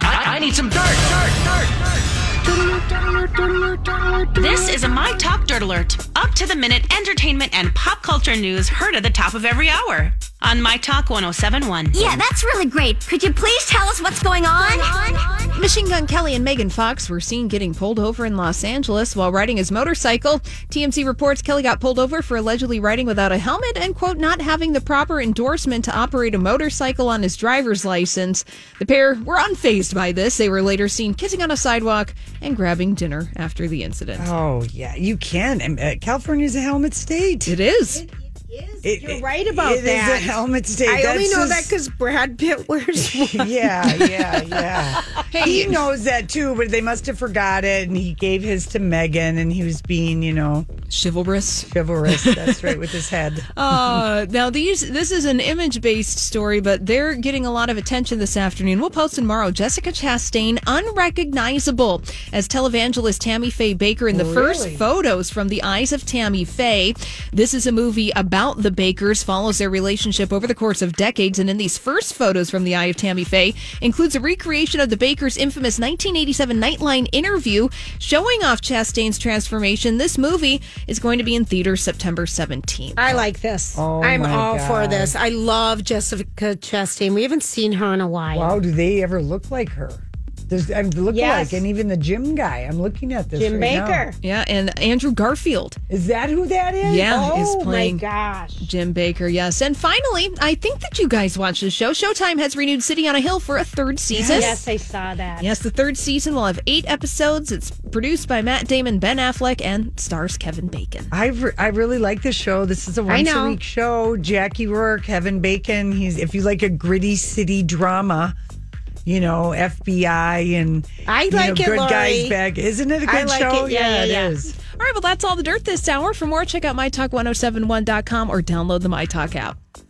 I need some dirt, dirt, dirt, This is a My Talk Dirt Alert. Up to the minute entertainment and pop culture news heard at the top of every hour on My Talk 1071. Yeah, that's really great. Could you please tell us what's going on? Machine Gun Kelly and Megan Fox were seen getting pulled over in Los Angeles while riding his motorcycle. TMZ reports Kelly got pulled over for allegedly riding without a helmet and, quote, not having the proper endorsement to operate a motorcycle on his driver's license. The pair were unfazed by this. They were later seen kissing on a sidewalk and grabbing dinner after the incident. Oh yeah, you can. And, uh, California's a helmet state. It is. It- You're it- right about it is that. a helmet state. I only That's know just- that because Brad Pitt wears one. yeah, yeah, yeah. He knows that too, but they must have forgot it, and he gave his to Megan, and he was being, you know, Chivalrous. chivalrous. That's right with his head. Oh. Uh, now these this is an image based story, but they're getting a lot of attention this afternoon. We'll post tomorrow. Jessica Chastain unrecognizable as televangelist Tammy Faye Baker in the first photos from the eyes of Tammy Faye. This is a movie about the Bakers, follows their relationship over the course of decades, and in these first photos from the eye of Tammy Faye includes a recreation of the Bakers' infamous 1987 Nightline interview showing off Chastain's transformation. This movie is going to be in theaters September 17th. I like this. Oh, I'm my all for God. this. I love Jessica Chastain. We haven't seen her in a while. Wow, do they ever look like her? Does I look Yes. like, and even the gym guy. I'm looking at this. Jim right now. Baker. Yeah, and Andrew Garfield. Is that who that is? Yeah, Oh is playing my gosh. Jim Baker. Yes, and finally, I think that you guys watch the show. Showtime has renewed City on a Hill for a third season. Yes, I saw that. Yes, the third season will have eight episodes. It's produced by Matt Damon, Ben Affleck, and stars Kevin Bacon. I, re- I really like this show. This is a once a know. week show. Jackie Rourke, Kevin Bacon. He's if you like a gritty city drama, you know FBI and I you know, like it, good guys Lori. back. Isn't it a I good like show? it. Yeah, yeah, yeah. it is. oh All right, well, that's all the dirt this hour. For more, check out mytalk1071.com or download the MyTalk app.